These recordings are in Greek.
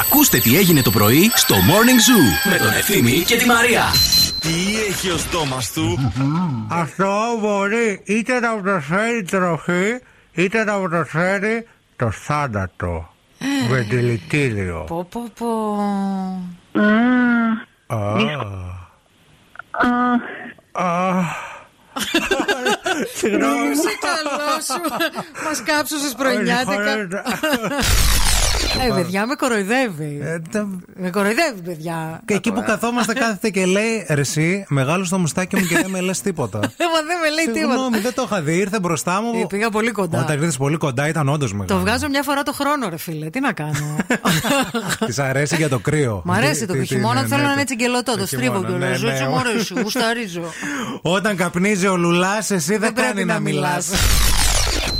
Ακούστε τι έγινε το πρωί στο Morning Zoo με τον Ευθύμη και τη Μαρία. Τι έχει ο στόμας του. Αυτό μπορεί είτε να προσφέρει τροχή, είτε να προσφέρει το θάνατο. Ε. Βεντιλητήριο. Πω, πω, πω. Α. Α. Συγγνώμη. Σε καλός σου. Μας κάψωσε πρωινιάτικα. συγχωρείτε. Ε, παιδιά, με κοροϊδεύει. Ε, τα- Με κοροϊδεύει, παιδιά. Και εκεί που καθόμαστε κάθεται και λέει «Ρε εσύ, μεγάλο το μουστάκι μου και δεν με λες τίποτα. Ε, Μα δεν με λέει τίποτα. Συγγνώμη, δεν το είχα δει. Ήρθε μπροστά μου. Ε, Πήγα πολύ κοντά. Όταν ήρθε πολύ κοντά ήταν όντως μεγάλος. Το βγάζω μια φορά το χρόνο, ρε φίλε. Τι να κάνω. Της αρέσει για το κρύο. Μ' αρέσει Τι- το τι- τι- χειμώνα, ναι, θέλω ναι, να είναι το- έτσι γκελωτό. Το στρίβω χειμώνα, κιόλας. ναι, Έτσι ναι. μου αρέσει, γουσταρίζω. Όταν καπνίζει ο λουλάς, εσύ δεν κάνει να μιλά.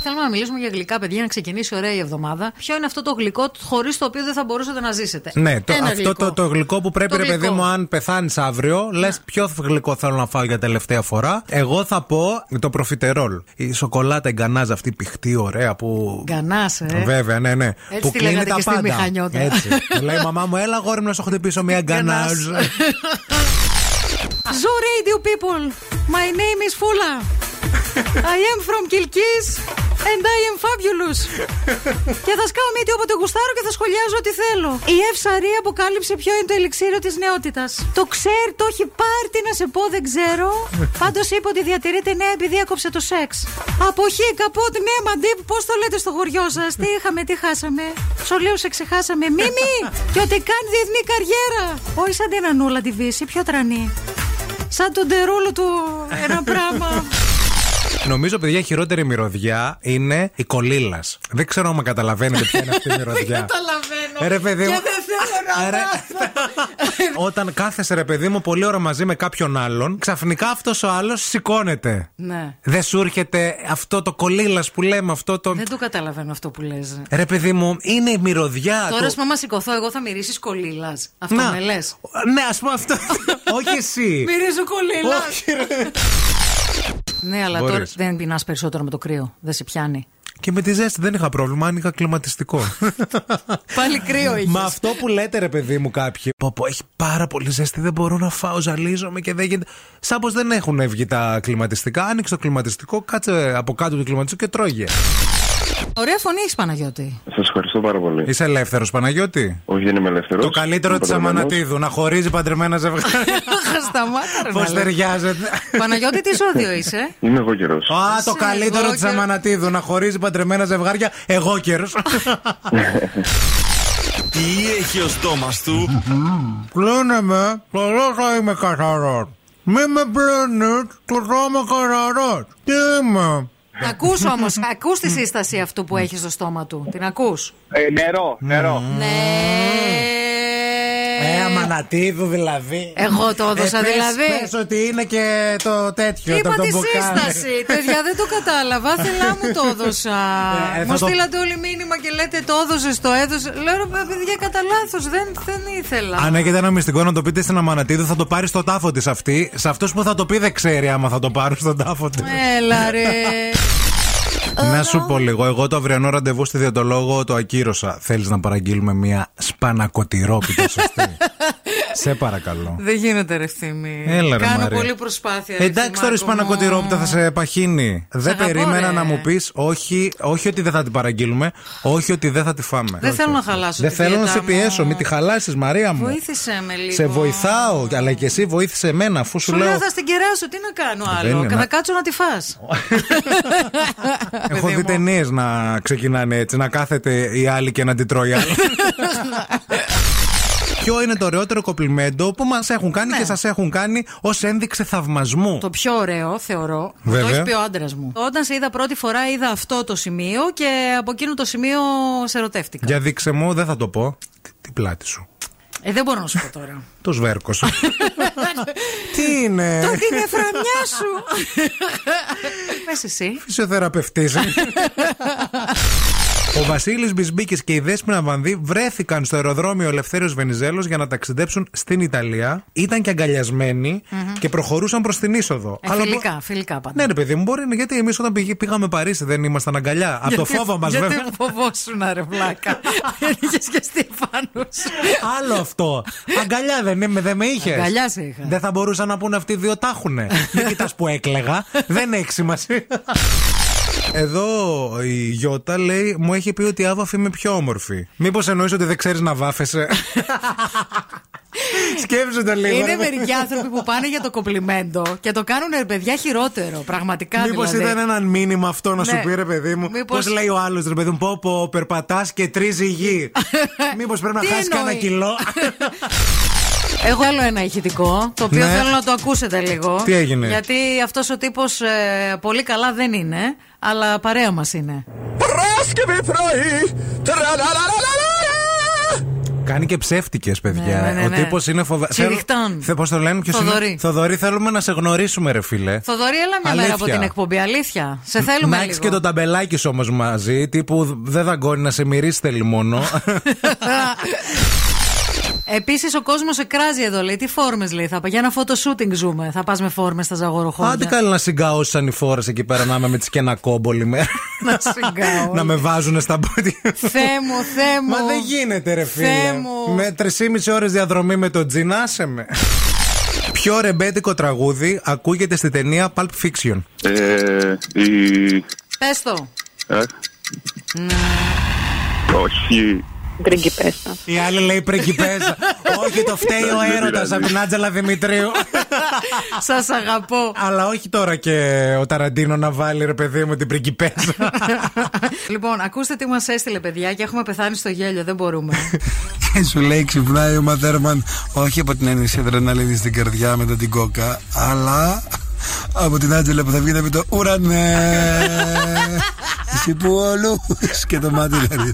Θέλουμε να μιλήσουμε για γλυκά, παιδιά, να ξεκινήσει ωραία η εβδομάδα. Ποιο είναι αυτό το γλυκό χωρίς το οποίο δεν θα μπορούσατε να ζήσετε. Ναι, το, Ένα αυτό το, το γλυκό που πρέπει, Το ρε παιδί γλυκό. μου, αν πεθάνεις αύριο, λες ποιο γλυκό θέλω να φάω για τελευταία φορά. Εγώ θα πω το προφιτερόλ. Η σοκολάτα εγκανάζ αυτή η πηχτή, ωραία που. Γκανά, ε. Βέβαια, ναι, ναι. Έτσι τη λέγατε και στη μηχανιώτα. Έτσι. Λέει μαμά μου, έλα γόρι μου να σου χτυπήσω μια γκανάζ. Zoo Radio people, my name is Fula. I am from Kilkis and I am fabulous. και θα σκάω μύτη όποτε γουστάρω και θα σχολιάζω ό,τι θέλω. Η Ευσαρή αποκάλυψε ποιο είναι το ελιξίριο της νεότητας. Το ξέρει, το έχει πάρει, τι να σε πω, δεν ξέρω. Πάντως είπε ότι διατηρείται νέα επειδή έκοψε το σεξ. Αποχή, καπότ, ναι, μαντίπ, πώς το λέτε στο χωριό σας. Τι είχαμε, τι χάσαμε. Σολίου σε ξεχάσαμε. Μίμη! και ότι κάνει διεθνή καριέρα. Όχι σαν την Ανούλα τη Βύση, πιο τρανή. Σαν τον τερούλο του ένα πράγμα. Νομίζω, παιδιά, η χειρότερη μυρωδιά είναι η κολύλας. Δεν ξέρω αν καταλαβαίνετε ποια είναι αυτή η μυρωδιά. Καταλαβαίνω. Ε, Ρε παιδί μου. Ε, Και δεν θέλω να Ρε. μάθω. Όταν κάθεσαι, ρε παιδί μου, πολύ ώρα μαζί με κάποιον άλλον, ξαφνικά αυτός ο άλλος σηκώνεται. Ναι. Δεν σου έρχεται αυτό το κολύλας που λέμε, αυτό το. Δεν το καταλαβαίνω αυτό που λες. Ρε παιδί μου, είναι η μυρωδιά. Τώρα, το- ας πούμε, άμα σηκωθώ, εγώ θα μυρίσει κολλήλα. Αυτό με λες. Ναι, ας πούμε αυτό. Όχι εσύ. Μυρίζω κολλήλα. Όχι, ρε. Ναι, αλλά Μπορείς. τώρα δεν πεινάς περισσότερο με το κρύο. Δεν σε πιάνει. Και με τη ζέστη δεν είχα πρόβλημα, άνοιγα κλιματιστικό. Πάλι κρύο είχες. Μα αυτό που λέτε, ρε παιδί μου, κάποιοι. Πω, πω, έχει πάρα πολύ ζέστη, δεν μπορώ να φάω, ζαλίζομαι και δεν γίνεται. Σαν πως δεν έχουν βγει τα κλιματιστικά. Άνοιξε το κλιματιστικό, κάτσε από κάτω του κλιματιστικού και τρώγε. Ωραία φωνή έχεις Παναγιώτη. Σας ευχαριστώ πάρα πολύ. Είσαι ελεύθερος, Παναγιώτη. Όχι, δεν είμαι ελεύθερος. Το καλύτερο τη Αμανατίδου, να χωρίζει παντρεμένα ζευγάρια. Σταμάτα, ρε, Πώς να λέω. ταιριάζεται. Παναγιώτη, τι ζώδιο είσαι. Είμαι εγώ καιρός. Α, το Είσαι καλύτερο εγώ της και- Αμανατίδου, να χωρίζει παντρεμένα ζευγάρια. Εγώ καιρο. Τι έχει ο στόμας του. Πλύνε με, καλό θα είμαι καθαρός. Μη με πλύνεις και θα είμαι καθαρός. Τι είμαι. Ναι. Ακούσω όμως, ακούς τη σύσταση αυτού που έχει στο στόμα του. Την ακούς. Ε, νερό, νερό. Ναι. Ε, Αμανατίδου δηλαδή. Εγώ το έδωσα Ε, πες- δηλαδή. πες ότι είναι και το τέτοιο. Είπα το, τη το μπουκάλι. σύσταση. Παιδιά, δεν το κατάλαβα. Θέλα μου το έδωσα. Ε, ε, θα μου το- στείλατε όλοι μήνυμα και λέτε το έδωσες, το έδωσες. Λέω ρε παιδιά, κατά λάθος. Δεν, δεν ήθελα. Αν έχετε ένα μυστικό να το πείτε στην Αμανατίδου, θα το πάρει στο τάφο της αυτή. Σε αυτούς που θα το πει, δεν ξέρει άμα θα το πάρουν στον τάφο της. Ε, Έλα ρε. Να σου πω λίγο, εγώ το αυριανό ραντεβού στη διατολόγο το ακύρωσα. Θέλεις να παραγγείλουμε μια σπανακοτηρόπιτα σωστή. Σε παρακαλώ. δεν γίνεται ρε θύμη. Έλα, ρε, Κάνω Μαρία. Ε, πολλή προσπάθεια. ρε, Εντάξει τώρα η Θημάκο μου. σπανακοτηρόπιτα θα σε παχύνει. Δεν αγαπώ, περίμενα ρε. να μου πεις όχι, όχι ότι δεν θα την παραγγείλουμε, όχι ότι δεν θα τη φάμε. Δεν Όχι, θέλω να όχι. χαλάσω Δεν τη θέλω να δίαιτα σε μου. πιέσω, μην τη χαλάσεις, Μαρία μου. Βοήθησε με λίγο. Σε βοηθάω, αλλά και εσύ βοήθησε εμένα, αφού σου Σου λέω λέω. θα στην κεράσω, τι να κάνω άλλο. είναι, Και να- ε. θα κάτσω να τη φας Έχω δει ταινίες να ξεκινάνε έτσι, να κάθεται η άλλη και να την τρώει η άλλη. Ποιο είναι το ωραιότερο κοπλιμέντο που μας έχουν κάνει και σας έχουν κάνει ως ένδειξη θαυμασμού. Ναι. Το πιο ωραίο, θεωρώ. μου Το Βέβαια. έχει πει ο άντρας μου. Όταν σε είδα πρώτη φορά, είδα αυτό το σημείο και από εκείνο το σημείο σε ερωτεύτηκα. Για δείξε μου, δεν θα το πω. Τι- Τι πλάτη σου. Ε, δεν μπορώ να σου πω τώρα. Το σβέρκο σου. Τι είναι. Τότε είναι φραμιά σου. Πες εσύ. Φυσιοθεραπευτής. ε. Ο Βασίλης Μπισμπίκης και η Δέσποινα Βανδύ βρέθηκαν στο αεροδρόμιο Ελευθέριος Βενιζέλος για να ταξιδέψουν στην Ιταλία. Ήταν και αγκαλιασμένοι και προχωρούσαν προς την είσοδο. Ε, Αλλά μπο- φιλικά, φιλικά πάντα. Ναι, ρε παιδί μου, μπορεί να γιατί εμείς όταν πήγε- πήγαμε Παρίσι δεν ήμασταν αγκαλιά. Από το Γιατί- φόβο μας, γιατί βέβαια. φοβόσουν, ρε βλάκα. Δεν είχες και Στεφάνους Άλλο αυτό. Αγκαλιά δεν είμαι, δεν με είχες. Αγκαλιά σε είχα. Δεν θα μπορούσαν να πούνε αυτοί οι δύο τα έχουνε. Μην κοιτάς που έκλεγα. δεν έχει σημασία. Εδώ η Γιώτα λέει: Μου έχει πει ότι η άβαφη είμαι πιο όμορφη. Μήπως εννοείς ότι δεν ξέρεις να βάφεσαι. Σκέψτε το λίγο. Είναι μερικοί άνθρωποι που πάνε για το κομπλιμέντο και το κάνουν ρε παιδιά χειρότερο. Πραγματικά Μήπως δηλαδή. ήταν ένα μήνυμα αυτό να σου Ναι. πει ρε παιδί μου. Μήπως- Πώς λέει ο άλλος ρε παιδί μου, πω πω, περπατάς και τρίζει η γη. Μήπως πρέπει να Τι χάσεις κανένα εννοεί? κιλό. Εγώ άλλο ένα ηχητικό, το οποίο Ναι. θέλω να το ακούσετε λίγο. Τι έγινε? Γιατί αυτός ο τύπος πολύ καλά δεν είναι, αλλά παρέα μας είναι. Παράσκευη πρωί. Τρα-λα-λα-λα-λα-λα. Κάνει και ψεύτικες, παιδιά. Ναι, ναι, ναι, Ο ναι. τύπος είναι φοβερό. Τσιριχτών. Πώς το λένε, ποιο Θοδωρή. είναι. Θοδωρή, θέλουμε να σε γνωρίσουμε, ρε φίλε. Θοδωρή, έλα μια μέρα από Αλήθεια. την εκπομπή. Αλήθεια. Σε θέλουμε να έχεις λίγο. και το ταμπελάκι σου όμως μαζί, τύπου δεν δαγκώνει να σε μυρίσει θέλει μόνο. Επίσης, ο κόσμος εκράζει εδώ, λέει. Τι φόρμες λέει, θα πα. Για ένα φωτοσούτινγκ ζούμε. Θα πας με φόρμες στα ζαγοροχώρια. Άντε καλά να συγκαώσει σαν οι φόρες εκεί πέρα να είμαι με τι και ένα κόμπολη μέρα. Να συγκαώ. να με βάζουν στα πόδια. Θεέ μου, θεέ μου. Μα δεν γίνεται, ρε φίλε. Θεέ μου. Με 3,5 ώρες διαδρομή με τον Τζιν, άσε με. Ποιο ρεμπέτικο τραγούδι ακούγεται στη ταινία Pulp Fiction. Ε, η... Πες το. Ε, Ναι. Όχι. Γκριγκιπέστα. Η άλλη λέει πριγκιπέζα. Όχι, το φταίει ο Δεν έρωτα πειράζει. από την Άτζελα Δημητρίου. Σας αγαπώ. Αλλά όχι τώρα και ο Ταραντίνο να βάλει ρε παιδί μου την πριγκιπέζα. λοιπόν, ακούστε τι μας έστειλε, παιδιά, και έχουμε πεθάνει στο γέλιο. Δεν μπορούμε. Και σου λέει ξυπνάει ο Μαδέρμαν όχι από την έννοια αδρεναλίνης στην καρδιά μετά την κόκα, αλλά από την Άντζελα που θα βγει να πει το ουρανέ. Εσύ που όλους και το μάτι δηλαδή.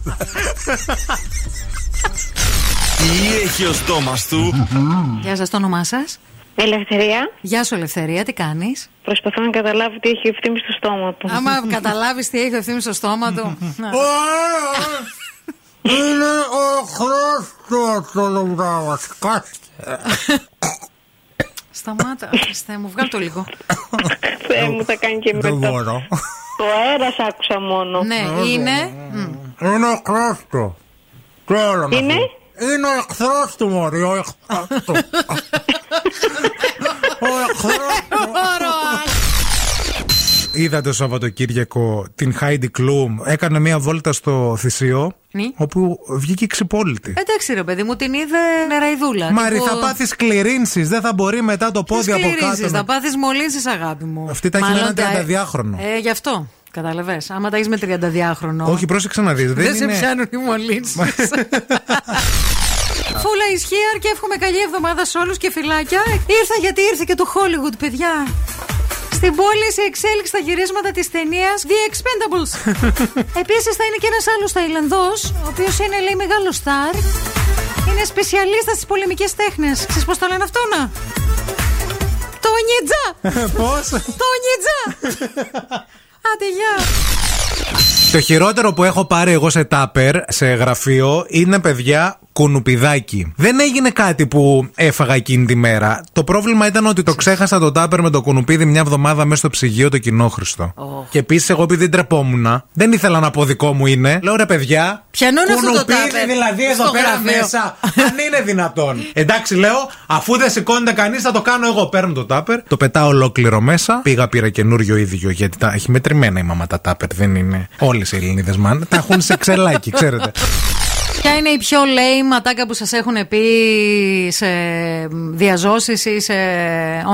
Τι έχει ο στόμας του. Γεια σας, το όνομά σας. Ελευθερία. Γεια σου, Ελευθερία, τι κάνεις. Προσπαθώ να καταλάβω τι έχει ευθύνη στο στόμα του. Άμα καταλάβεις τι έχει ο ευθύνη στο στόμα του. Να. Ο αέρας είναι ο χρόστος του Λουμπράβας. Κάτσε. Σταμάτα. Χριστέ μου, βγάλ το λίγο. Θεέ μου, θα κάνει και Δεν μετά. μπορώ. Το αέρας άκουσα μόνο. ναι, είναι. Είναι ο εχθρός του. Τι άλλο να Είναι? πω. Είναι ο εχθρός του, μωρή, ο εχθρός του. Ο εχθρός του. Είδα το Σαββατοκύριακο την Heidi Klum. Έκανε μία βόλτα στο Θησίο. Ναι. Όπου βγήκε ξυπόλυτη. Εντάξει, ρε παιδί μου, την είδε νεραϊδούλα. Μάρι, Τύπου- θα πάθεις κληρύνσεις. Δεν θα μπορεί μετά το Τι πόδι από σκληρίζεις, κάτω. να- Θα πάθεις μολύνσεις, αγάπη μου. Αυτή τα έχει με Μάλλον έναν τα- 32χρονο. Ε, γι' αυτό. Κατάλαβε. Άμα τα έχεις με 32χρονο. Όχι, πρόσεξε να δεις. δεν Δεν, σε είναι... πιάνουν οι μολύνσεις. Φούλα ισχύαρ και εύχομαι καλή εβδομάδα σε όλους και φυλάκια. Ήρθα γιατί ήρθε και το Hollywood, παιδιά. Στην πόλη σε εξέλιξη στα γυρίσματα της ταινίας The Expendables. Επίσης θα είναι και ένας άλλος Ταϊλανδός, ο οποίος είναι λέει μεγάλο στάρ. Είναι σπεσιαλίστας στις πολεμικές τέχνες. Ξέρεις πώς το λένε αυτό να. Το νιτζα! Πώ? Το νιτζα! Άντε, γεια! Το χειρότερο που έχω πάρει εγώ σε τάπερ, σε γραφείο, είναι παιδιά κουνουπιδάκι. Δεν έγινε κάτι που έφαγα εκείνη τη μέρα. Το πρόβλημα ήταν ότι το ξέχασα το τάπερ με το κουνουπίδι μια εβδομάδα μέσα στο ψυγείο το κοινόχρηστο. Και επίσης εγώ επειδή τρεπόμουν, δεν ήθελα να πω δικό μου είναι. Λέω ρε παιδιά, Ποιανού είναι αυτό το κουνουπίδι τάπερ δηλαδή εδώ στο πέρα γραφείο. μέσα. Αν είναι δυνατόν. Εντάξει, λέω, αφού δεν σηκώνεται κανείς, θα το κάνω εγώ. Παίρνω το τάπερ, το πετάω ολόκληρο μέσα. Πήγα, πήρα καινούριο ίδιο, γιατί τα έχει μετρημένα η μαμά τα τάπερ. Δεν είναι όλες οι Ελληνίδες μάνα. Τα έχουν σε ξελάκι, ξέρετε. Ποια είναι η πιο lame ατάκα που σας έχουν πει σε διαζώσεις ή σε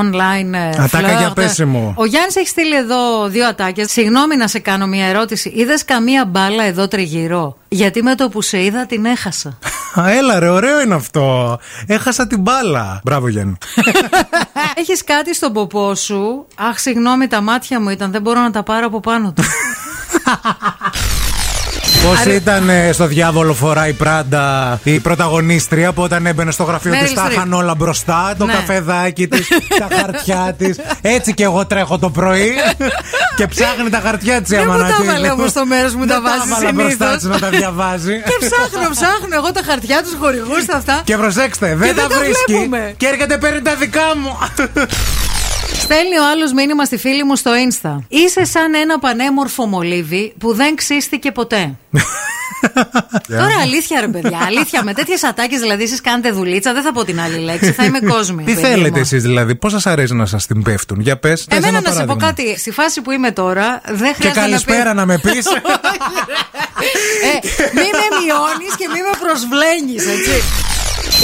online ε, Ατάκα φλερτ. για πέσιμο. Ο Γιάννης έχει στείλει εδώ δύο ατάκες. Συγγνώμη να σε κάνω μια ερώτηση. Είδες καμία μπάλα εδώ τριγυρό. Γιατί με το που σε είδα την έχασα. Α, έλα, ρε, ωραίο είναι αυτό. Έχασα την μπάλα. Μπράβο, Γιάννη. Έχεις κάτι στον ποπό σου. Αχ, συγγνώμη τα μάτια μου ήταν. Δεν μπορώ να τα πάρω από πάνω του. Πώς ήταν ε, στο διάβολο φοράει πράντα η πρωταγωνίστρια που όταν έμπαινε στο γραφείο Meryl της τα Streep. είχαν όλα μπροστά, το Ναι. καφεδάκι της, τα χαρτιά της. Έτσι και εγώ τρέχω το πρωί και ψάχνει τα χαρτιά της η Δεν μου τα Αμανατίδου. έβαλε όμως στο μέρος μου, Δεν τα βάζει έβαλα μπροστά συνήθως. της να τα διαβάζει. και ψάχνω, ψάχνω εγώ τα χαρτιά τους χορηγούς τα αυτά. Και προσέξτε, δεν δεν τα τα βρίσκει βλέπουμε. και έρχεται παίρνει τα δικά μου. Στέλνει ο άλλος μήνυμα στη φίλη μου στο Insta. Είσαι σαν ένα πανέμορφο μολύβι που δεν ξύστηκε ποτέ. Τώρα αλήθεια ρε παιδιά, αλήθεια με τέτοιες ατάκες δηλαδή εσείς κάνετε δουλίτσα, δεν θα πω την άλλη λέξη, θα είμαι κόσμη. Τι παιδί μου. θέλετε εσείς δηλαδή, πώς σας αρέσει να σας την πέφτουν. Για πες. Εμένα να σε πω κάτι, στη φάση που είμαι τώρα, δεν χρειάζεται. Και να πει- καλησπέρα να με πεις. ε, μην με μειώνεις και μην με προσβλένεις, έτσι.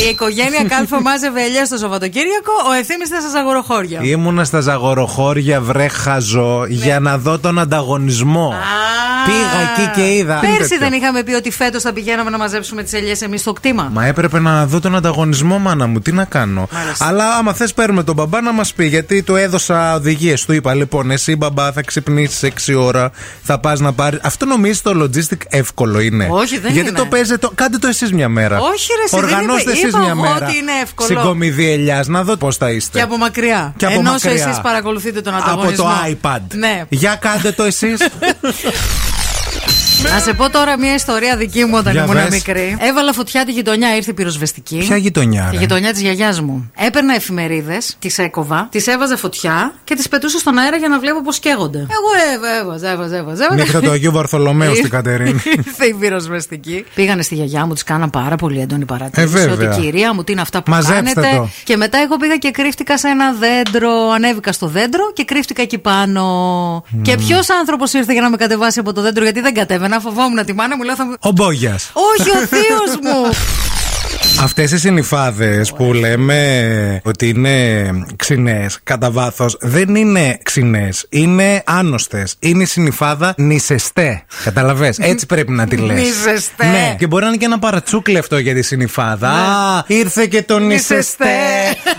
Η οικογένεια Κάλφο μάζευε ελιές το Σαββατοκύριακο, ο ευθύνη ήταν στα Ζαγοροχώρια. Ήμουνα στα ζαγοροχώρια, βρε χαζό, για Ναι. να δω τον ανταγωνισμό. Πήγα εκεί και είδα. Πέρσι Τέτοιο. δεν είχαμε πει ότι φέτος θα πηγαίναμε να μαζέψουμε τις ελιές εμείς στο κτήμα. Μα έπρεπε να δω τον ανταγωνισμό, μάνα μου. Τι να κάνω. Μάλιστα. Αλλά άμα θες, παίρνουμε τον μπαμπά να μας πει. Γιατί του έδωσα οδηγίες. Του είπα, λοιπόν, εσύ μπαμπά θα ξυπνήσεις 6 ώρα. Θα πας να πάρεις. Αυτό νομίζεις το logistic εύκολο είναι. Όχι, δεν Γιατί είναι. το παίζετε. Κάντε το εσείς μια μέρα. Όχι, ρε, εσύ, δεν Οργανώστε είπα- εσεί είπα μια εγώ μέρα. ότι είναι εύκολο. Στην κομιδή ελιάς, να δω πώς θα είστε. Και από μακριά. Και από Ενώ μακριά. εσείς παρακολουθείτε τον από ανταγωνισμό. το iPad. Ναι. Για κάντε το εσείς. Να σε πω τώρα μια ιστορία δική μου όταν Ναι. Για ήμουν πες. μικρή. Έβαλα φωτιά τη γειτονιά, ήρθε η πυροσβεστική. Ποια γειτονιά, Τη ρε. γειτονιά της γιαγιάς μου. Έπαιρνα εφημερίδες, τις έκοβα, τις έβαζα φωτιά και τις πετούσα στον αέρα για να βλέπω πώς καίγονται. Εγώ έβα- έβαζα, έβαζα, έβαζα. έβαζα. Νύχτα του Αγίου Βαρθολομέου στην Κατερίνη. Ήρθε η πυροσβεστική. Πήγανε στη γιαγιά μου, της κάναν πάρα πολύ έντονη παρατήρηση. Ε, βέβαια. ότι κυρία μου, τι είναι αυτά που Μαζέψτε κάνετε. το. Και μετά εγώ πήγα και κρύφτηκα σε ένα δέντρο. Ανέβηκα στο δέντρο και κρύφτηκα εκεί πάνω. Και ποιος άνθρωπος ήρθε για να με κατεβάσει από το δέντρο, γιατί δεν κατέβαινα. Φοβόμουν τη μάνα μου, λέω θα μου. Ο Μπόγιας. Όχι, ο θείος μου! Αυτές οι συνειφάδε που λέμε ότι είναι ξινές κατά βάθος δεν είναι ξινές, είναι άνοστες. Είναι η συνειφάδα νησεστέ. Καταλαβέ. Έτσι πρέπει να τη λες. Νησεστέ. Ναι, και μπορεί να είναι και ένα παρατσούκλι αυτό για τη συνειφάδα. Α, ήρθε και το Ναι. νησεστέ. Νησεστέ.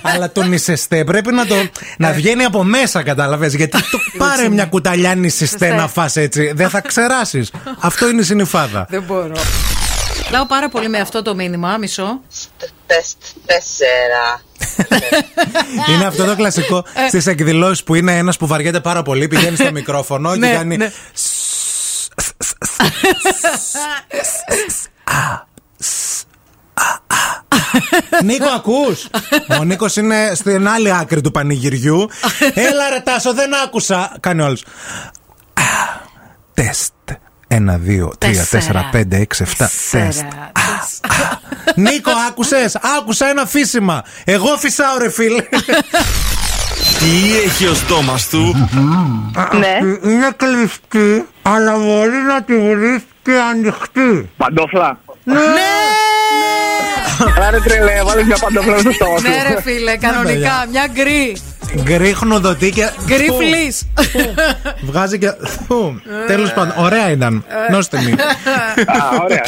Αλλά το νησεστέ πρέπει να το. να βγαίνει από μέσα, κατάλαβες. Γιατί το πάρε μια κουταλιά νησεστέ να φας έτσι. Δεν θα ξεράσεις. Αυτό είναι η συνειφάδα. δεν μπορώ. Λάω πάρα πολύ με αυτό το μήνυμα, μισό. Είναι αυτό το κλασικό Ε. στις εκδηλώσεις που είναι ένας που βαριέται πάρα πολύ, πηγαίνει στο μικρόφωνο και Ναι, κάνει. ναι. Νίκο, ακούς! Ο Νίκος είναι στην άλλη άκρη του πανηγυριού. Έλα, ρε Τάσο, δεν άκουσα. Κάνει όλους. Τεστ. 1, 2, 3, 4, 5, 6, 7. Τεστ. Τέσσερα. Νίκο, άκουσες! Άκουσα ένα φύσιμα. Εγώ φυσάω, ρε φίλε. Τι έχει ο στόμας του. Ναι. Είναι κλειστή, αλλά μπορεί να τη βρεις και ανοιχτή. Παντόφλα. Ναι. Άρα ρε τρελέ, βάλες μια παντόφλα στο στόμα σου. Ναι, ρε φίλε, κανονικά. παιδιά. Μια γκρι. Γκρίχνω δοτή και. Γκρι Φου. φλής. Βγάζει και. Τέλος πάντων, ωραία ήταν. Νόστιμη. Α, ωραία.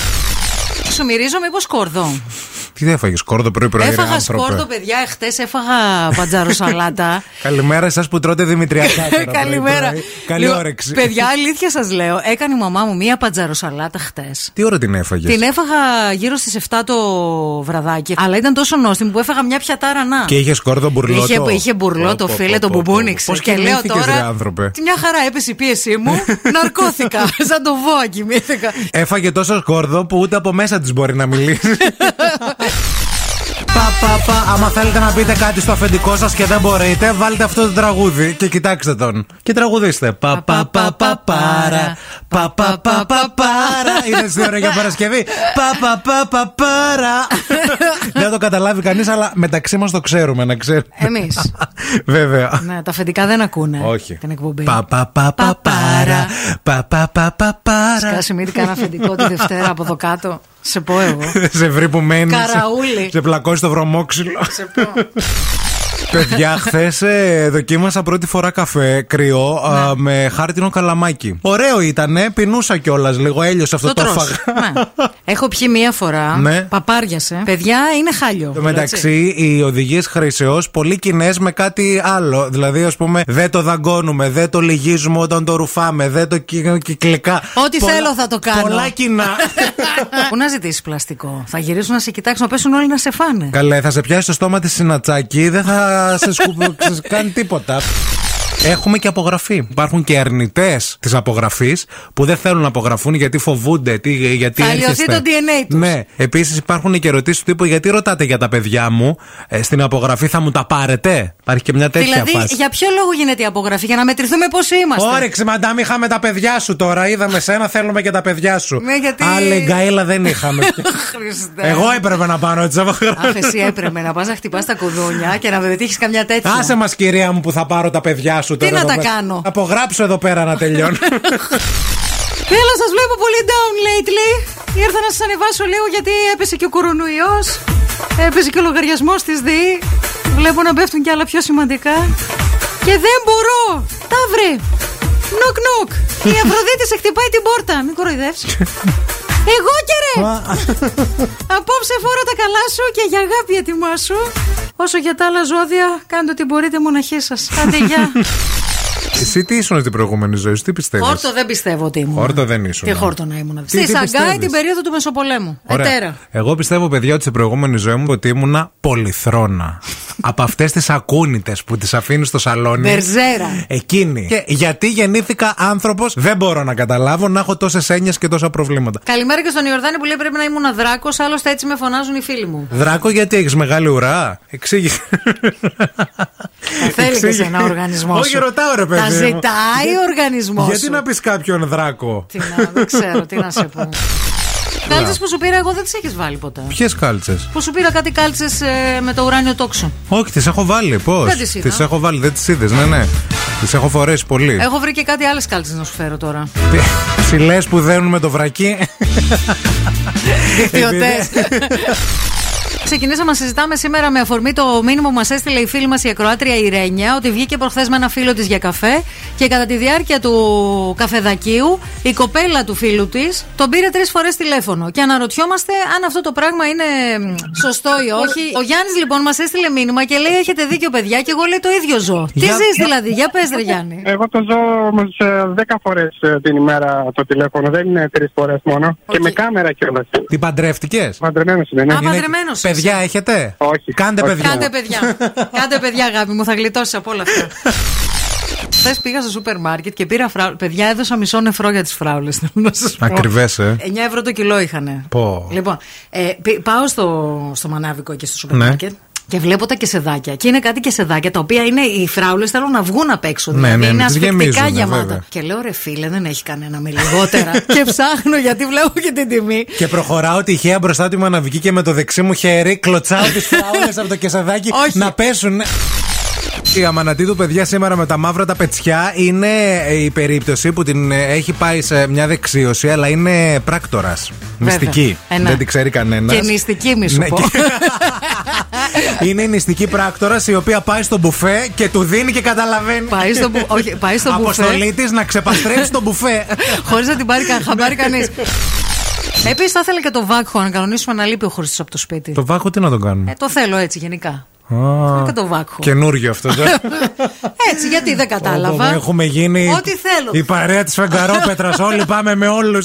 Σου μυρίζω μήπως σκόρδο. Τι δεν έφαγες, Σκόρδο πρωί-πρωί, ρε Έφαγα άνθρωπε. σκόρδο, παιδιά. Εχθές έφαγα πατζάρο σαλάτα. Καλημέρα εσά που τρώτε Δημητριακά. τώρα Καλημέρα. πρωί-πρωί. Καλή Λοιπόν, όρεξη. Παιδιά, αλήθεια σας λέω. Έκανε η μαμά μου μία πατζάρο σαλάτα χτε. Τι ώρα την έφαγες. Την έφαγα γύρω στις 7 το βραδάκι. Αλλά ήταν τόσο νόστιμη που έφαγα μια πιατάρα να. Και είχε σκόρδο μπουρλότο. Είχε, είχε μπουρλό Πω, το πω, φίλε, πω, τον πω, πω. μπουμπούνιξε. Πώς κοιμήθηκες, ρε άνθρωπε. Τι μια χαρά έπεσε η πίεσή μου. Ναρκώθηκα. Σαν το βόα κοιμήθηκα. Έφαγε τόσο σκόρδο που ούτε από μέσα της μπορεί να μιλήσει. Πα, πα, πα. Άμα θέλετε να πείτε κάτι στο αφεντικό σας και δεν μπορείτε, βάλτε αυτό το τραγούδι και κοιτάξτε τον. Και τραγουδίστε. Πα, πα, πα, πα, πάρα. Πα, πα, πα, πα, πάρα. Είναι στη ώρα για Παρασκευή. Πα, πα, πα, πα, πάρα. Δεν το καταλάβει κανείς, αλλά μεταξύ μας το ξέρουμε, να ξέρετε. Εμείς. Βέβαια. Ναι, τα αφεντικά δεν ακούνε Όχι. την εκπομπή. Πα, πα, πα, πα, πάρα. Πα, πα, πα, πα, πάρα. Σκάσει μύτη κανένα αφεντικό τη Δευτέρα από εδώ κάτω. Σε πω εγώ. σε βρει που μένεις. Καραούλη. Σε, σε πλακώσεις το βρωμόξυλο. Παιδιά, χθες δοκίμασα πρώτη φορά καφέ κρυό Ναι. α, με χάρτινο καλαμάκι. Ωραίο ήτανε, πεινούσα κιόλας λίγο, έλειωσε αυτό Το το, τρως. φαγ. Ναι. Έχω πιει μία φορά. Ναι. Παπάριασε. Παιδιά είναι χάλιο. Το μεταξύ, οι οδηγίες χρήσεως πολύ κοινέ με κάτι άλλο. Δηλαδή, ας πούμε, δεν το δαγκώνουμε, δεν το λυγίζουμε όταν το ρουφάμε, δεν το κυ- κυκλικά. Ό,τι θέλω θα το κάνω. Πολλά κοινά. Πού να ζητήσεις πλαστικό. Θα γυρίσουν να σε κοιτάξουν, να πέσουν όλοι να σε φάνε. Καλέ, θα σε πιάσει το στόμα της συνατσάκι, δεν θα σε σκου... σε κάνει τίποτα. Έχουμε και απογραφή. Υπάρχουν και αρνητές της απογραφής που δεν θέλουν να απογραφούν γιατί φοβούνται, τι, γιατί Θα λιωθεί έρχεστε. το DNA τους. Ναι. Επίσης υπάρχουν και ερωτήσεις του τύπου γιατί ρωτάτε για τα παιδιά μου ε, στην απογραφή, θα μου τα πάρετε. Υπάρχει και μια τέτοια Δηλαδή, φάση. για ποιο λόγο γίνεται η απογραφή, για να μετρηθούμε πώς είμαστε. Όρεξη, μαντάμ, είχαμε τα παιδιά σου τώρα. Είδαμε σένα, θέλουμε και τα παιδιά σου. Ναι, γιατί- Άλλη γκαίλα δεν είχαμε. Χριστέ. Εγώ έπρεπε να πάρω τι Αχ, απογραφέ. εσύ έπρεπε να πας να χτυπάς τα κουδούνια και να με πετύχει καμιά τέτοια. Άσε μας, κυρία μου, που θα πάρω τα παιδιά σου τώρα. να εδώ τα πέρα. κάνω? Απογράψω εδώ πέρα να τελειώνω. Έλα, σας βλέπω πολύ down lately. Ήρθα να σας ανεβάσω λίγο γιατί έπεσε και ο κορονοϊός. Έπεσε και ο λογαριασμός της ΔΕΗ. Βλέπω να πέφτουν και άλλα πιο σημαντικά. Και δεν μπορώ! Ταύρε! Νοκ νοκ! Η Αφροδίτης σε χτυπάει την πόρτα. Μην κοροϊδεύσεις. Εγώ και ρε! Απόψε φορά τα καλά σου και για αγάπη ετοιμάσου. Όσο για τα άλλα ζώδια, κάντε ό,τι μπορείτε μοναχή σας. Άντε, γεια. Εσύ τι ήσουν την προηγούμενη ζωή, σου, τι πιστεύεις. Χόρτο δεν πιστεύω ότι ήμουν. Χόρτο δεν ήσουν. ναι. Τι χόρτο Ε, να ήμουν. τι Στη Σαγκάη πιστεύεις? Ναι. την περίοδο του Μεσοπολέμου. Ετέρα. Εγώ πιστεύω, παιδιά, ότι στην προηγούμενη ζωή μου ότι ήμουνα πολυθρόνα. Από αυτές τις ακούνητες που τις αφήνει στο σαλόνι. Μπερζέρα. Εκείνη. Και γιατί γεννήθηκα άνθρωπος, δεν μπορώ να καταλάβω να έχω τόσες έννοιες και τόσα προβλήματα. Καλημέρα και στον Ιορδάνη που λέει πρέπει να ήμουν δράκος, άλλωστε έτσι με φωνάζουν οι φίλοι μου. Δράκο, γιατί έχεις μεγάλη ουρά. Εξήγησε. Θέλει και Εξήγησε. σε ένα οργανισμό. Ε, Όχι, σου. ρωτάω, ρε παιδί. Τα μου. ζητάει ο οργανισμός. Γιατί να πεις κάποιον δράκο. Τι να, δεν ξέρω, τι να σε πω. Κάλτσες που σου πήρα, εγώ δεν τις έχεις βάλει ποτέ. Ποιες κάλτσες. Που σου πήρα κάτι κάλτσες με το ουράνιο τόξο. Όχι, τις έχω βάλει. Πώς. Δεν τις είδα. Τις έχω βάλει, δεν τις είδες. Ναι, ναι. Τις έχω φορέσει πολύ. Έχω βρει και κάτι άλλες κάλτσες να σου φέρω τώρα. Ψηλέ που δένουν με το βρακί. Ιδιωτές. Ξεκινήσαμε να συζητάμε σήμερα με αφορμή το μήνυμα που μας έστειλε η φίλη μας η ακροάτρια η Ρένια ότι βγήκε προχθές με ένα φίλο της για καφέ και κατά τη διάρκεια του καφεδακίου η κοπέλα του φίλου της τον πήρε τρεις φορές τηλέφωνο. Και αναρωτιόμαστε αν αυτό το πράγμα είναι μ, σωστό ή όχι. Ο Γιάννης λοιπόν μας έστειλε μήνυμα και λέει: Έχετε δίκιο, παιδιά, και εγώ λέει το ίδιο ζω. Τι Για- ζεις δηλαδή, για πες, Ρε Γιάννη. Εγώ το ζω όμως, ε, 10 φορέ την ημέρα το τηλέφωνο, δεν είναι 3 φορές μόνο. Και με κάμερα κιόλας. Τι παντρεύτηκες. Παντρεμένος είναι, ναι. Α, παντρεμένος είσαι. Παιδιά έχετε. Όχι. Κάντε Όχι. παιδιά. Κάντε παιδιά. Κάντε παιδιά, αγάπη μου, θα γλιτώσει από όλα αυτά. Χθες πήγα στο σούπερ μάρκετ και πήρα φράουλε. Παιδιά, έδωσα μισό νεφρό για τις φράουλες. Θέλω να σας πω. Ακριβές, ε. 9 ευρώ το κιλό είχανε. Πω. Λοιπόν, ε, πη- πάω στο, στο μανάβικο και στο σούπερ Ναι. μάρκετ. Και βλέπω τα κεσεδάκια. Και είναι κάτι κεσεδάκια τα οποία είναι οι φράουλες θέλουν να βγουν απ' έξω. Ναι, Δηλαδή ναι, ναι, είναι τις ασφικτικά γεμίζουνε, γεμάτα. βέβαια. Και λέω ρε φίλε, δεν έχει κανένα με λιγότερα. και ψάχνω γιατί βλέπω και την τιμή. Και προχωράω τυχαία μπροστά του η μαναβική και με το δεξί μου χέρι κλωτσάω τις φράουλες από το κεσαδάκι Όχι. να πέσουν. Η Αμανατίδου, παιδιά, σήμερα με τα μαύρα τα πετσιά είναι ε, η περίπτωση που την ε, έχει πάει σε μια δεξίωση, αλλά είναι πράκτορας. Βέβαια. Μυστική. Ε, ναι. Δεν την ξέρει κανένας. Και νηστική, μη σου Ναι, πω. και- Είναι η νηστική πράκτορας η οποία πάει στο μπουφέ και του δίνει και καταλαβαίνει. Πάει στο, μπου- όχι, πάει στο μπουφέ. Αποστολή τη να ξεπαστρέψει το μπουφέ. Χωρίς να την πάρει καν, χαμπάρι Ναι. κανείς. Επίσης, θα ήθελα και το βάκχο να κανονίσουμε να λείπει ο Χρυσής από το σπίτι. Το βάχο τι να τον κάνουμε. Ε, το θέλω έτσι γενικά. Α, Και το βάκχο. Καινούργιο αυτό. το. Έτσι, γιατί δεν Όπου κατάλαβα. Έχουμε γίνει Ό,τι θέλω. η παρέα της Φεγγαρόπετρας. Όλοι πάμε με όλους.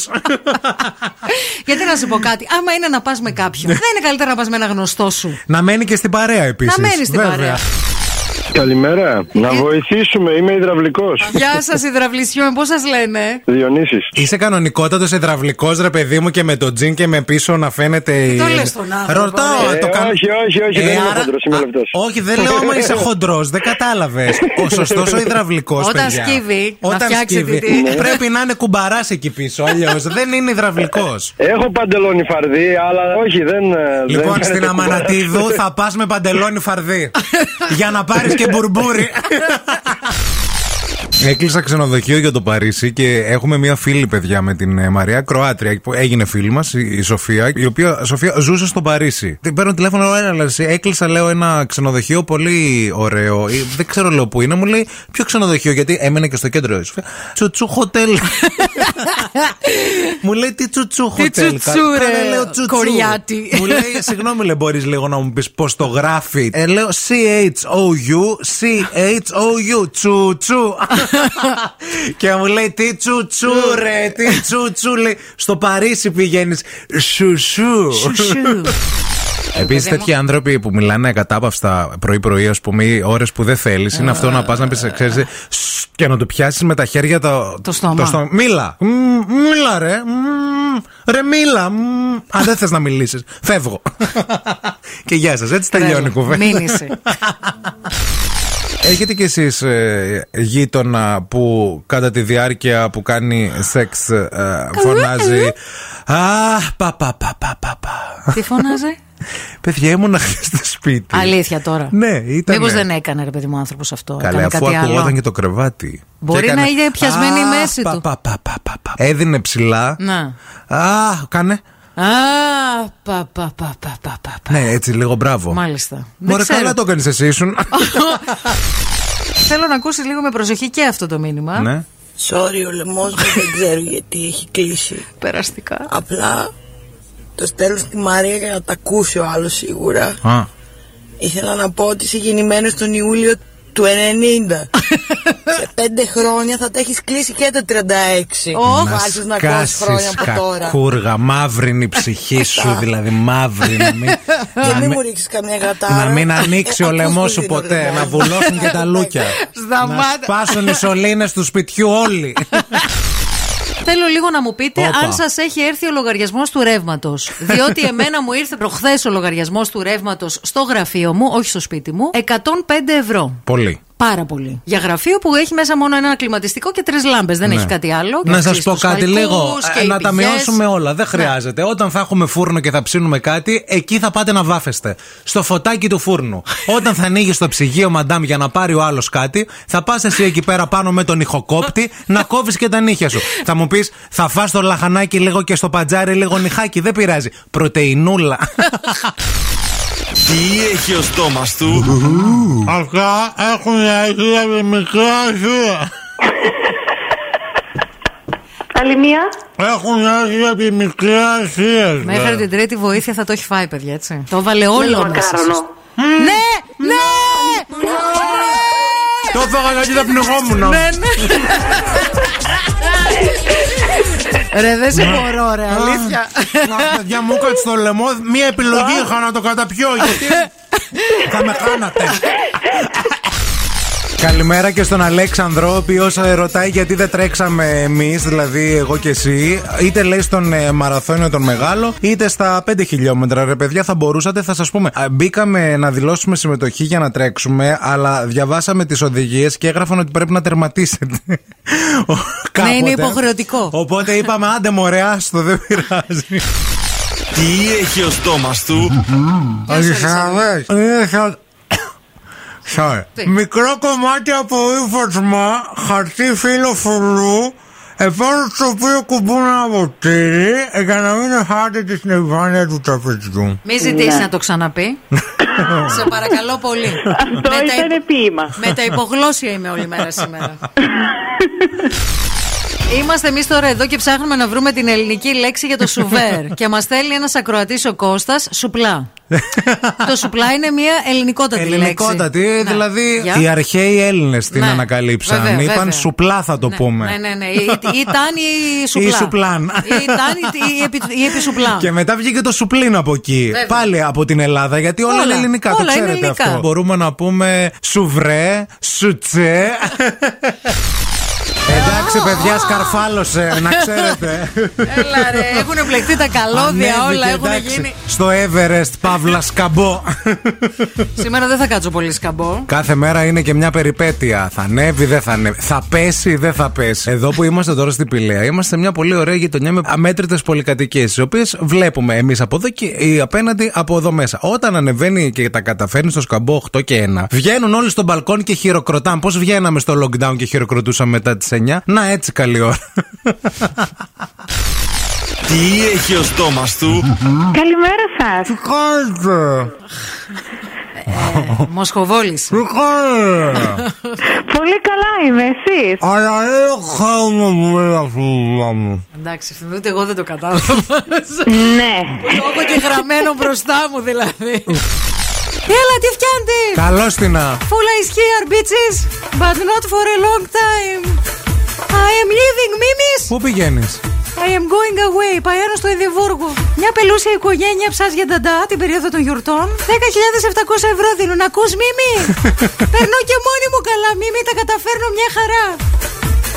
γιατί να σου πω κάτι. Άμα είναι να πας με κάποιον, Ναι. δεν είναι καλύτερα να πας με ένα γνωστό σου. να μένει και στην παρέα επίσης. Να μένεις στην παρέα. Καλημέρα. Να Ε. βοηθήσουμε, είμαι υδραυλικός. Γεια σας, υδραυλισιό, πώς σας λένε. Διονύσης. Είσαι κανονικότατος υδραυλικός ρε παιδί μου και με το τζιν και με πίσω να φαίνεται. η- το λες τον άνθρωπο, Ρωτάω. ρε. το Ε, κάνω- όχι, όχι, όχι, δεν είμαι χοντρός, είμαι α, λεπτός. Όχι, δεν λέω άμα είσαι χοντρός, δεν κατάλαβες. Ο σωστός ο υδραυλικός. Όταν σκύβει, να φτιάξει τη- τη- Ναι. Πρέπει να είναι κουμπαράς εκεί πίσω. Αλλιώς δεν είναι υδραυλικός. Έχω παντελόνι φαρδί, αλλά όχι, δεν. ε, δεν Λοιπόν, φαίνεται στην κουμπάρας. Αμανατίδου θα πας με παντελόνι φαρδί. για να πάρεις και μπουρμπούρι. Έκλεισα ξενοδοχείο για το Παρίσι και έχουμε μία φίλη, παιδιά, με την ε, Μαρία Κροάτρια που έγινε φίλη μας, η η Σοφία, η οποία Σοφία ζούσε στο Παρίσι. Την παίρνω τηλέφωνο, λέω, «Έλα, Λαρίσι, έκλεισα, λέω, ένα ξενοδοχείο πολύ ωραίο. Ε, Δεν ξέρω, λέω, πού είναι, μου λέει, Ποιο ξενοδοχείο, γιατί έμενε και στο κέντρο η Σοφία. Τσουτσού χοτέλ. μου λέει, Τι τσουτσού Τι χοτέλ. τσουτσού, Καλά, ρε, λέω, «Τσουτσού». κοριάτη. Μου λέει, λέει, συγγνώμη, λέει, μπορείς λίγο να μου πεις πώς το γράφει. Ε, λέω C-H-O-U, C-H-O-U, τσου τσου. και μου λέει, τι τσου τσου, ρε, τι τσου τσου, λέει. Στο Παρίσι πηγαίνεις. Σου σου. Σου, σου. Επίσης, παιδί μου. Ε, τέτοιοι άνθρωποι που μιλάνε ακατάπαυστα πρωί-πρωί, ας πούμε, ή ώρες που δεν θέλεις, είναι αυτό να πας να πεις, ξέρεις, και να το πιάσεις με τα χέρια το, Το στόμα. Μίλα! Μμ, Μίλα, ρε! Μμ, Ρε, μίλα! Μμ. Αν δεν θες να μιλήσεις, φεύγω. και γεια σας, έτσι τελειώνει η κουβέντα. Μήνυση. Έχετε κι εσείς ε, γείτονα που κατά τη διάρκεια που κάνει σεξ ε, φωνάζει «Α, πα, πα, πα, πα, πα, πα». Τι φωνάζει. Παιδιά, ήμουν χθες στο σπίτι. Αλήθεια τώρα. Ναι, ήταν. Μήπως δεν έκανε ρε παιδί μου άνθρωπος αυτό. Καλά, έκανε αφού κάτι άλλο. ακουγόταν και το κρεβάτι. Μπορεί Και να είναι πιασμένη η «Α, μέση πα, του». Πα, πα, πα, πα, πα. Έδινε ψηλά. Να. Α, κάνε. Α, πα, πα, πα, πα, πα, πα. πα. Ναι, έτσι λίγο μπράβο. Μάλιστα. Δεν Μωρέ, ξέρω. καλά το έκανε εσύ, ήσουν. Θέλω να ακούσεις λίγο με προσοχή και αυτό το μήνυμα. ναι. Sorry, ο λαιμός μου δεν ξέρω γιατί έχει κλείσει. Περαστικά. Απλά το στέλνω στη Μαρία για να τα ακούσει ο άλλος σίγουρα. Α, Ήθελα να πω ότι είσαι γεννημένος τον Ιούλιο του 90. Σε πέντε χρόνια θα τα έχεις κλείσει και τα 36. Ω. Θα άρχισες να ακούσει χρόνια σκάσεις από τώρα. κακούργα, μαύρινη η ψυχή σου, δηλαδή μαύρινη. Μη- Και να μην μην- μου ρίξεις καμιά γατάρα. Να μην Ε, ανοίξει ο ακούς λαιμός πολύ σου τον ποτέ, λαιμό. να βουλώσουν και τα λούκια. Σταμάτα. Να σπάσουν οι σωλήνες του σπιτιού όλοι. Θέλω λίγο να μου πείτε Όπα. αν σας έχει έρθει ο λογαριασμός του ρεύματος. Διότι εμένα μου ήρθε προχθές ο λογαριασμός του ρεύματος στο γραφείο μου, όχι στο σπίτι μου, 105 ευρώ. Πολύ. Πάρα πολύ. Για γραφείο που έχει μέσα μόνο ένα κλιματιστικό και τρεις λάμπες. Δεν έχει κάτι άλλο. Ναι. Να Ξέρεις, σα πω τους κάτι φαλκούς λίγο. και ε, οι Να τα πηγές. Ναι. μειώσουμε όλα. Δεν χρειάζεται. Όταν θα έχουμε φούρνο και θα ψήνουμε κάτι, εκεί θα πάτε να βάφεστε. Στο φωτάκι του φούρνου. Όταν θα ανοίγει το ψυγείο, μαντάμ, για να πάρει ο άλλος κάτι, θα πας εσύ εκεί πέρα πάνω με τον ηχοκόπτη να κόβεις και τα νύχια σου. Θα μου πεις, θα φας το λαχανάκι λίγο και στο πατζάρι λίγο νυχάκι. Δεν πειράζει. Πρωτεϊνούλα. Τι έχει ο στόμας του. Αυτά έχουν αρχίσει με μικρά αρχεία. Άλλη μία. Έχουν αρχίσει από τη μικρή αρχεία. Μέχρι την τρίτη βοήθεια θα το έχει φάει, παιδιά, έτσι. Το βάλε Με όλο το μέσα. σας. μακάρονο. Ναι, ναι! Το έφαγα γιατί δεν πνιγόμουν. Ναι, ναι. Ρε, δεν σε μπορώ, ρε, αλήθεια. Να, παιδιά μου έκατσε στο λαιμό, μία επιλογή είχα να το καταπιώ. Γιατί θα με κάνατε. Καλημέρα και στον Αλέξανδρο, ο οποίος ρωτάει γιατί δεν τρέξαμε εμείς, δηλαδή εγώ και εσύ, είτε λέει στον ε, μαραθώνιο τον μεγάλο, είτε στα 5 χιλιόμετρα. Ρε παιδιά, θα μπορούσατε, θα σας πούμε. Α, Μπήκαμε να δηλώσουμε συμμετοχή για να τρέξουμε, αλλά διαβάσαμε τις οδηγίες και έγραφαν ότι πρέπει να τερματίσετε. Ο- κάποτε. είναι υποχρεωτικό. Οπότε είπαμε, άντε μωρέ, άστο, δεν πειράζει. Τι έχει ο στόμας του. Αλισανδές. Είχα... Sorry. Τι? Μικρό κομμάτι από ύφασμα, χαρτί φύλλο φουρού, επάνω στο οποίο κουμπούν ένα ποτήρι, ε, για να μην χάνετε την επιφάνεια του τραπεζιού. Μη Ναι. ζητήσει να το ξαναπεί. Σε παρακαλώ πολύ. Αυτό Με τα ήταν υπο- ποίημα. Με τα υπογλώσια είμαι όλη μέρα σήμερα. Είμαστε εμείς τώρα εδώ και ψάχνουμε να βρούμε την ελληνική λέξη για το σουβέρ. και μας στέλνει ένας ακροατής ο Κώστας σουπλά. το σουπλά είναι μια ελληνικότατη λέξη. Ελληνικότατη, Ναι. δηλαδή Για. οι αρχαίοι Έλληνες την Ναι. ανακαλύψαν. Βέβαια, Είπαν βέβαια. σουπλά θα το ναι. πούμε. Ναι, ναι, ναι. Ή- ή- Ήταν η σουπλά. Ή σουπλάν. Ή Ήταν η- η επι- η επισουπλά. Και μετά βγήκε το σουπλίν από εκεί. Βέβαια. Πάλι από την Ελλάδα, γιατί όλα, Όλα, είναι ελληνικά. το όλα είναι ξέρετε ελληνικά. αυτό. Μπορούμε να πούμε σουβρέ, σουτσέ. Εντάξει, παιδιά, σκαρφάλωσε, να ξέρετε. Έλα ρε, έχουν μπλεχτεί τα καλώδια, όλα Ανέβηκε, έχουν εντάξει. γίνει. Στο Everest, Παύλα Σκαμπό. Σήμερα δεν θα κάτσω πολύ σκαμπό. Κάθε μέρα είναι και μια περιπέτεια. Θα ανέβει, δεν θα ανέβει. Θα πέσει, δεν θα πέσει. Εδώ που είμαστε τώρα στην Πηλαία, είμαστε σε μια πολύ ωραία γειτονιά με αμέτρητες πολυκατοικίες, τι οποίες βλέπουμε εμείς από εδώ και οι απέναντι από εδώ μέσα. Όταν ανεβαίνει και τα καταφέρνει στο σκαμπό 8 και 1, βγαίνουν όλοι στο μπαλκόνι και χειροκροτάνε. Πώς βγαίναμε στο lockdown και χειροκροτούσαμε μετά τι 9. Να έτσι καλή ώρα. Τι έχει ο στόμας του. Καλημέρα σας. Κάνετε, Μοσχοβόληση. τι κάνετε. Πολύ καλά είμαι, εσείς. Αλλά δεν χαίρομαι που είναι τα φύλλα μου. Εντάξει, φίλε, ούτε εγώ δεν το κατάλαβα. Ναι. Το έχω και γραμμένο μπροστά μου δηλαδή. Έλα, τι φτιάνετε! Καλώς την α. Full is here, bitches, but not for a long time. I am leaving, μίμης! Πού πηγαίνεις, I am going away. Παέρω στο Εδιμβούργο. Μια πελούσια οικογένεια ψάζει για νταντά την περίοδο των γιορτών. 10.700 ευρώ δίνουν. Ακούς μίμη. Περνώ και μόνη μου καλά. Μίμη τα καταφέρνω μια χαρά.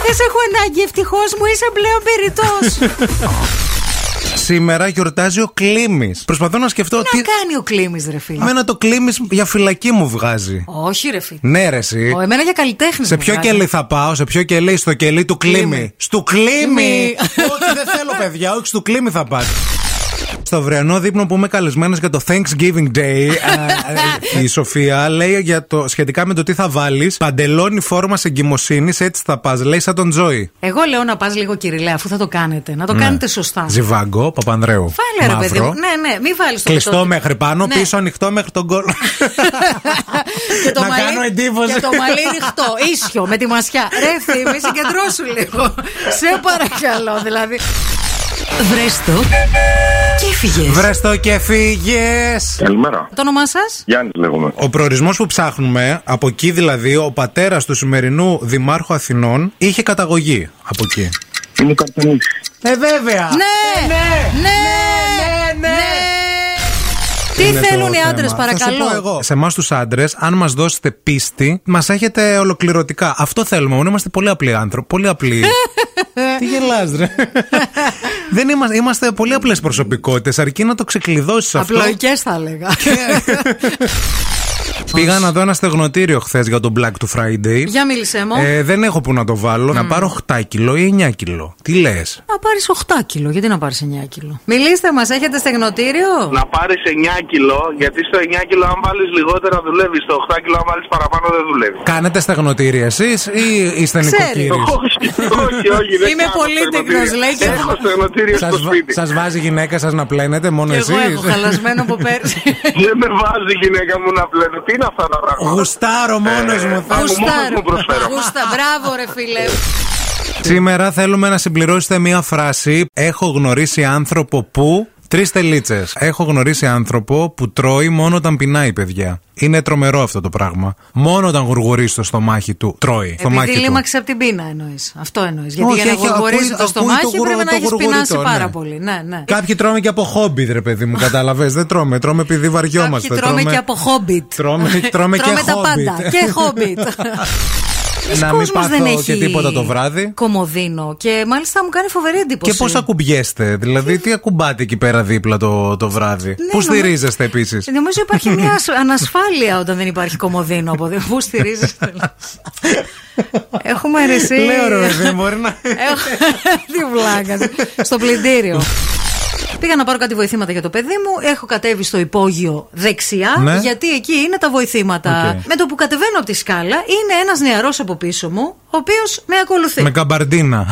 Δεν σε έχω ανάγκη. Ευτυχώς μου είσαι πλέον περιττός. Σήμερα γιορτάζει ο Κλήμη. Προσπαθώ να σκεφτώ Τι να κάνει ο κλίμης, ρε φίλε. Εμένα το Κλήμη για φυλακή μου βγάζει. Όχι, ρε φίλε. Ναι, ρε, εσύ. Ω, Εμένα για καλλιτέχνη. Σε ποιο κελί θα πάω, σε ποιο κελί, στο κελί του κλίμη. Στου κλίμη! Κλίμη. όχι, δεν θέλω, παιδιά, όχι, στο κλίμη θα πάτε. Στο βρεανό δείπνο που είμαι καλεσμένος για το Thanksgiving Day, ε, η Σοφία λέει για το, σχετικά με το τι θα βάλεις. Παντελόνι φόρμα εγκυμοσύνης, έτσι θα πας. Λέει σαν τον Τζόι. Εγώ λέω να πας λίγο κυριλέ, αφού θα το κάνετε. Να το κάνετε σωστά. Ζιβάγκο, Παπανδρέου. Φάλε ρε παιδί μου. Μαύρο. Ναι, ναι, μην βάλεις το Κλειστό τότε. μέχρι πάνω, Ναι. πίσω ανοιχτό μέχρι τον κόλλο. και το Να μαλλί, κάνω εντύπωση. Και το μαλλί ρηχτό, ίσιο, με τη μασιά. Ρε Θήμη, συγκεντρώσου λίγο. Σε παρακαλώ, δηλαδή. Βρέστο και έφυγε. Βρες το και φύγες. Καλημέρα. Το όνομά σας. Γιάννης λέγομαι. Ο προορισμός που ψάχνουμε, από εκεί δηλαδή, ο πατέρας του σημερινού Δημάρχου Αθηνών είχε καταγωγή από εκεί. Είναι καρτονής. Ε, βέβαια. Ε, Ναι, ναι, ναι, ναι. Τι Είναι το θέλουν οι θέμα. άντρες, Θα παρακαλώ. σου πω εγώ. Σε εμάς τους άντρες, αν μας δώσετε πίστη, μας έχετε ολοκληρωτικά. Αυτό θέλουμε. μόνο είμαστε πολύ απλοί άνθρωποι. Πολύ απλοί. Τι γελάς ρε. Δεν είμαστε, είμαστε πολύ απλές προσωπικότητες. Αρκεί να το ξεκλειδώσεις αυτό. Απλοϊκές θα έλεγα. Πήγα να δω ένα στεγνοτήριο χθες για τον Black του Friday. Για μίλησέ μου. Ε, δεν έχω που να το βάλω. Να πάρω 8 κιλό ή 9 κιλό. Τι λες. Να πάρεις 8 κιλό, γιατί να πάρεις 9 κιλό. Μιλήστε μας, έχετε στεγνοτήριο. Να πάρεις 9 κιλό, γιατί στο 9 κιλο, αν βάλεις λιγότερα, δουλεύεις. Στο 8 κιλο, αν βάλεις παραπάνω, δεν δουλεύεις. Κάνετε στεγνοτήρια εσείς ή είστε νοικοκύρε. όχι, όχι, όχι. δεν Είμαι κάνω πολύτεκνος, στεγνοτήρια. λέει και Έχω εγώ. στεγνοτήριο στο σπίτι. Σας βάζει η γυναίκα σας να πλένετε μόνο Και εσεί. εγώ έχω χαλασμένο από πέρσι. Δεν με βάζει η γυναίκα μου να πλένω. Τι είναι αυτά τα πράγματα. Γουστάρω μόνος μου. θα μου μόνος Γουστάρω. μου προσφέρω. Γούστα, μπράβο, ρε φίλε. Σήμερα θέλουμε να συμπληρώσετε μία φράση. Έχω γνωρίσει άνθρωπο που. Τρεις τελίτσες. Έχω γνωρίσει άνθρωπο που τρώει μόνο όταν πεινάει, παιδιά. Είναι τρομερό αυτό το πράγμα. Μόνο όταν γουργουρεί στο στομάχι του, τρώει. στο μάχη Επειδή του. λίμαξε από την πείνα εννοείς. Αυτό εννοείς. Γιατί Όχι, για να έχει- ακούει- γοργορίζει ακούει το στομάχι γουρο- πρέπει να το έχεις πεινάσει γουργουρίτο, πάρα ναι. πολύ. Ναι, ναι. Κάποιοι τρώμε και από χόμπι, ρε παιδί μου, κατάλαβες. Δεν τρώμε. Τρώμε επειδή βαριόμαστε. Και τρώμε και από χόμπιτ. ε, Τρώμε, τρώμε και τα Hobbit. πάντα. Και χόμπιτ. Να μην κόσμος δεν πάθω έχει και τίποτα το βράδυ. Κομοδίνο. Και μάλιστα μου κάνει φοβερή εντύπωση. Και πώς ακουμπιέστε, δηλαδή τι ακουμπάτε εκεί πέρα δίπλα το, το βράδυ. Πού Ναι, νομίζω- στηρίζεστε επίσης. Νομίζω υπάρχει μια ασ- ανασφάλεια όταν δεν υπάρχει κομοδίνο από δίπλα. Πού στηρίζεστε. Έχουμε ρεσί. Λέω ρε, δεν μπορεί να. Ε, Τι βλάκας. Στο πλυντήριο. Πήγα να πάρω κάτι βοηθήματα για το παιδί μου. Έχω κατέβει στο υπόγειο δεξιά, Ναι. γιατί εκεί είναι τα βοηθήματα. Οκ. Με το που κατεβαίνω από τη σκάλα, είναι ένας νεαρός από πίσω μου, ο οποίος με ακολουθεί. Με καμπαρντίνα.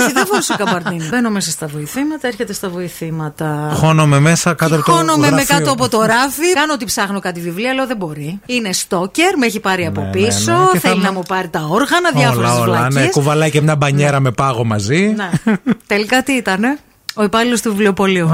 Όχι, δεν φορούσε καμπαρντίνη. Μπαίνω μέσα στα βοηθήματα, έρχεται στα βοηθήματα. Χώνομαι μέσα κάτω από το Χώνομαι με γραφείο. κάτω από το ράφι. Κάνω ότι ψάχνω κάτι βιβλία, λέω δεν μπορεί. Είναι στόκερ, με έχει πάρει από ναι, πίσω. ναι. Και θα Θέλει με- να μου πάρει τα όργανα, διάφορες Όλα, όλα. Ναι, βλακίες. κουβαλάει και μια μπανιέρα με πάγο μαζί. Ναι. Τελικά τι ήταν, ο υπάλληλος του βιβλιοπολίου.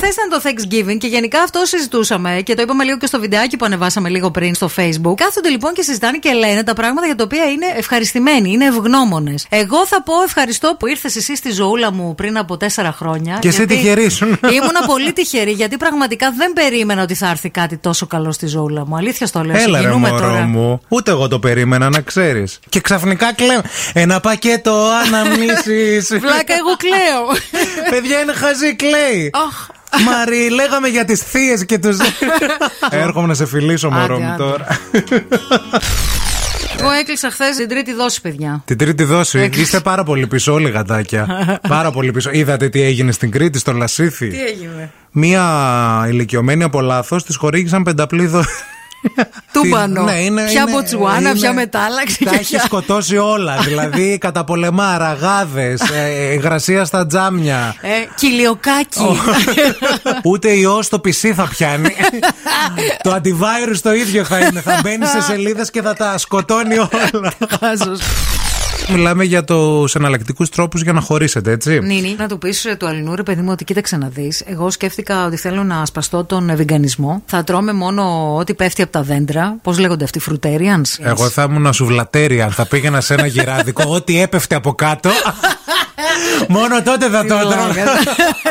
Χθες ήταν το Thanksgiving και γενικά αυτό συζητούσαμε και το είπαμε λίγο και στο βιντεάκι που ανεβάσαμε λίγο πριν στο Facebook. Κάθονται λοιπόν και συζητάνε και λένε τα πράγματα για τα οποία είναι ευχαριστημένοι, είναι ευγνώμονες. Εγώ θα πω ευχαριστώ που ήρθες εσύ στη ζωούλα μου πριν από τέσσερα χρόνια. Και εσύ γιατί τυχερή σου. Ήμουνα πολύ τυχερή γιατί πραγματικά δεν περίμενα ότι θα έρθει κάτι τόσο καλό στη ζωούλα μου. Αλήθεια στο λέω. Έλα ρε συγκινούμε μωρό τώρα. μου, ούτε εγώ το περίμενα να ξέρεις Και ξαφνικά κλαίω Ένα πακέτο αναμνήσεις Βλάκα, εγώ κλαίω. Παιδιά είναι χαζή, κλαίει Αχ. Μαρή, λέγαμε για τις θείες και τους Έρχομαι να σε φιλήσω μωρό Άντε, μου άντε. τώρα Εγώ έκλεισα χθες την τρίτη δόση, παιδιά. Την τρίτη δόση. Είστε πάρα πολύ πίσω όλοι γατάκια. πάρα πολύ πίσω. Είδατε τι έγινε στην Κρήτη, στο Λασίθι. Τι έγινε. Μία ηλικιωμένη από λάθος της χορήγησαν πενταπλή δόση. Τούμπανο. Ναι, είναι- ποια είναι- μποτσουάνα, είναι- ποια μετάλλαξη. Τα και έχει ποια- σκοτώσει όλα. δηλαδή καταπολεμά, ραγάδες, υγρασία στα τζάμια. Ε, κοιλιοκάκι. Ούτε ιό το πισί θα πιάνει. το αντιβάιρου το ίδιο θα είναι. θα μπαίνει σε σελίδες και θα τα σκοτώνει όλα. Χάζος. Μιλάμε για τους εναλλακτικούς τρόπους για να χωρίσετε, έτσι. Νίνι, να του πεις του Αλληνού, ρε παιδί μου, ότι κοίταξε να δεις. Εγώ σκέφτηκα ότι θέλω να σπαστώ τον βιγανισμό. Θα τρώμε μόνο ό,τι πέφτει από τα δέντρα. Πώς λέγονται αυτοί, φρουτέριαν. Εγώ θα ήμουν σουβλατέρια αν θα πήγαινα σε ένα γυράδικο. Ό,τι έπεφτε από κάτω. Μόνο τότε θα το έτρωγα.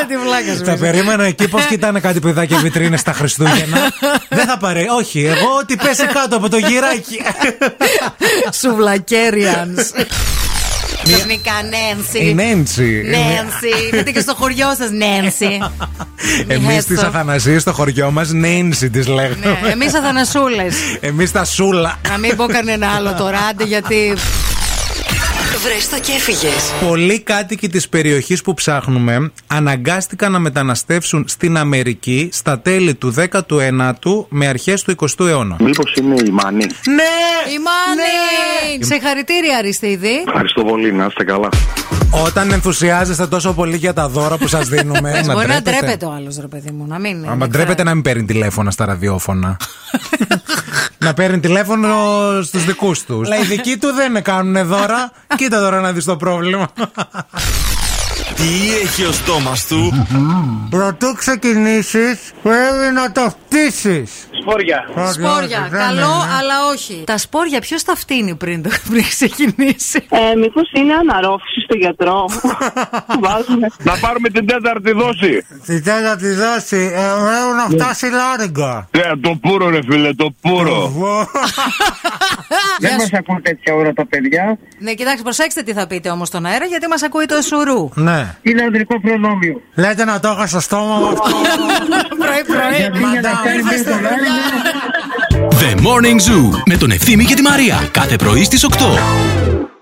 Τι βλάκας σου. Θα περίμενα εκεί πώς κοιτάνε κάτι παιδάκια βιτρίνες τα Χριστούγεννα. Δεν θα πάρει. Όχι, εγώ ότι πέσει κάτω από το γυράκι. Σουβλακέριαν. Ξαφνικά Η Νένση. Νέντσι. Νένση. Πείτε και στο χωριό σας, Νένση. Εμείς τι Αθανασίε στο χωριό μας, Νέντσι τι λέγαμε. Εμείς Αθανασούλες. Εμείς τα σούλα. Να μην πω κανένα άλλο τώρα, άντε γιατί. Βρες το και έφυγες. Πολλοί κάτοικοι της περιοχής που ψάχνουμε αναγκάστηκαν να μεταναστεύσουν στην Αμερική στα τέλη του 19ου με αρχές του 20ου αιώνα. Μήπως είναι η Μάνη. Ναι! Η Ναι. Μάνη! Σε χαρητήρια, Αριστείδη. Ευχαριστώ πολύ, να είστε καλά. Όταν ενθουσιάζεστε τόσο πολύ για τα δώρα που σας δίνουμε... Εντάξει, Μπορεί να ντρέπεται ο ε. άλλος, ρε παιδί μου, να μην. Άμα ντρέπεται να μην παίρνει τηλέφωνα στα ραδιόφωνα. να παίρνει τηλέφωνο στους δικούς τους. Αλλά οι δικοί του δεν κάνουν δώρα. Κοίτα τώρα να δεις το πρόβλημα. Τι έχει ο στόμας του. Πρωτού ξεκινήσεις, πρέπει να το φτύσεις. Σπόρια. Σπόρια, καλό, αλλά όχι. Τα σπόρια, ποιος τα φτύνει πριν, το, πριν ξεκινήσει. Ε, Μήπως είναι αναρρόφηση στο γιατρό. Βάζουμε. Να πάρουμε την τέταρτη δόση. Τη τέταρτη δόση, ε, πρέπει να φτάσει λάριγκα. Ε, το πούρο ρε φίλε, το πούρο. Δεν μα ακούν τέτοια ώρα τα παιδιά. ναι, κοιτάξτε, προσέξτε τι θα πείτε όμως στον αέρα, γιατί μας ακούει το σουρού. ναι. Είναι ανδρικό προνόμιο. Λέτε να το είχα στο στόμα μου αυτό. Πρωί-πρωί. The Morning Zoo με τον Ευθύμη και τη Μαρία. Κάθε πρωί στις 8.